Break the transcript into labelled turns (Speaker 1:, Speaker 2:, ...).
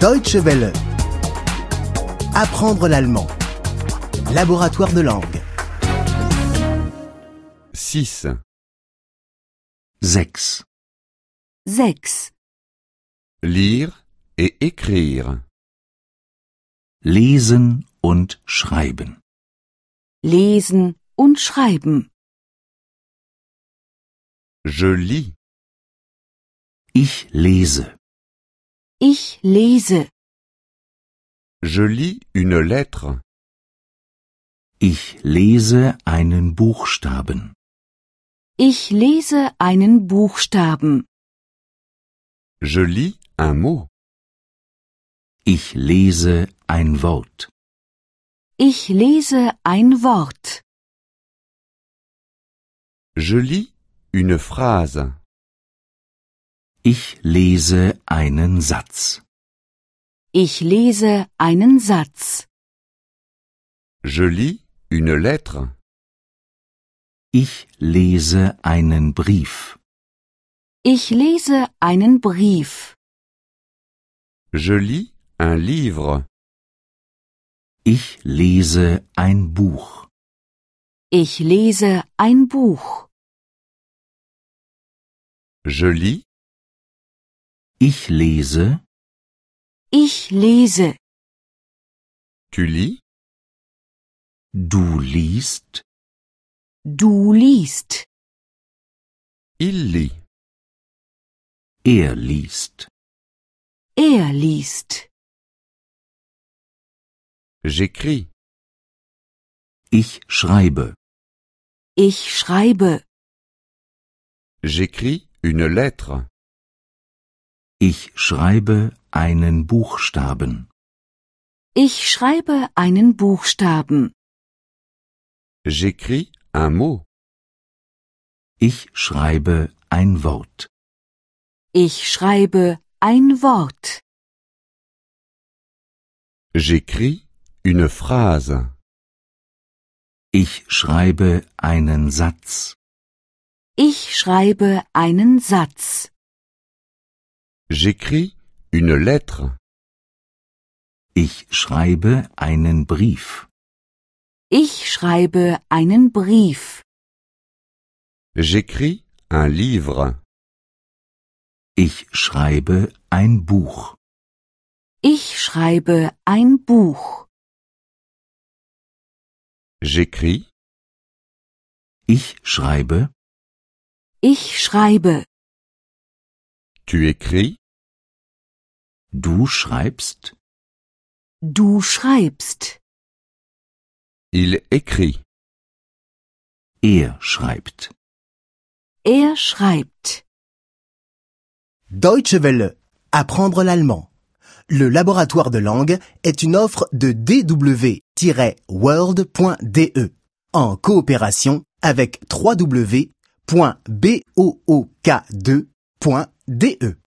Speaker 1: Deutsche Welle. Apprendre l'allemand. Laboratoire de langue.
Speaker 2: 6.
Speaker 3: 6.
Speaker 4: 6.
Speaker 2: Lire et écrire.
Speaker 3: Lesen und Schreiben.
Speaker 4: Lesen und Schreiben.
Speaker 2: Je lis.
Speaker 3: Ich lese.
Speaker 4: Ich lese.
Speaker 2: Je lis une lettre.
Speaker 3: Ich lese einen Buchstaben.
Speaker 4: Ich lese einen Buchstaben.
Speaker 2: Je lis un mot.
Speaker 3: Ich lese ein Wort.
Speaker 4: Ich lese ein Wort.
Speaker 2: Je lis une phrase.
Speaker 3: Ich lese einen Satz.
Speaker 4: Ich lese einen Satz.
Speaker 2: Je lis une lettre.
Speaker 3: Ich lese einen Brief.
Speaker 4: Ich lese einen Brief.
Speaker 2: Je lis un livre.
Speaker 3: Ich lese ein Buch.
Speaker 4: Ich lese ein Buch.
Speaker 2: Je lis
Speaker 3: Ich lese,
Speaker 4: Ich lese.
Speaker 2: Tu lis
Speaker 3: du liest,
Speaker 4: Du liest.
Speaker 2: Il lit.
Speaker 3: er liest.
Speaker 4: Er liest.
Speaker 2: J'écris.
Speaker 3: Ich schreibe.
Speaker 4: Ich schreibe.
Speaker 2: J'écris une lettre.
Speaker 3: Ich schreibe einen Buchstaben.
Speaker 4: Ich schreibe einen Buchstaben.
Speaker 2: J'écris un mot.
Speaker 3: Ich schreibe ein Wort.
Speaker 4: Ich schreibe ein Wort.
Speaker 2: J'écris une phrase.
Speaker 3: Ich schreibe einen Satz.
Speaker 4: Ich schreibe einen Satz.
Speaker 2: J'écris une lettre.
Speaker 3: Ich schreibe einen Brief.
Speaker 4: Ich schreibe einen Brief.
Speaker 2: J'écris un livre.
Speaker 3: Ich schreibe ein Buch.
Speaker 4: Ich schreibe ein Buch.
Speaker 2: J'écris
Speaker 3: Ich schreibe,
Speaker 4: Ich schreibe.
Speaker 2: Tu écris,
Speaker 3: du schreibst,
Speaker 4: Du schreibst.
Speaker 2: il écrit.
Speaker 3: er schreibt.
Speaker 4: Er schreibt.
Speaker 1: Deutsche Welle. Apprendre l'allemand. Le laboratoire de langue est une offre de dw-world.de E en coopération avec www.book2.de.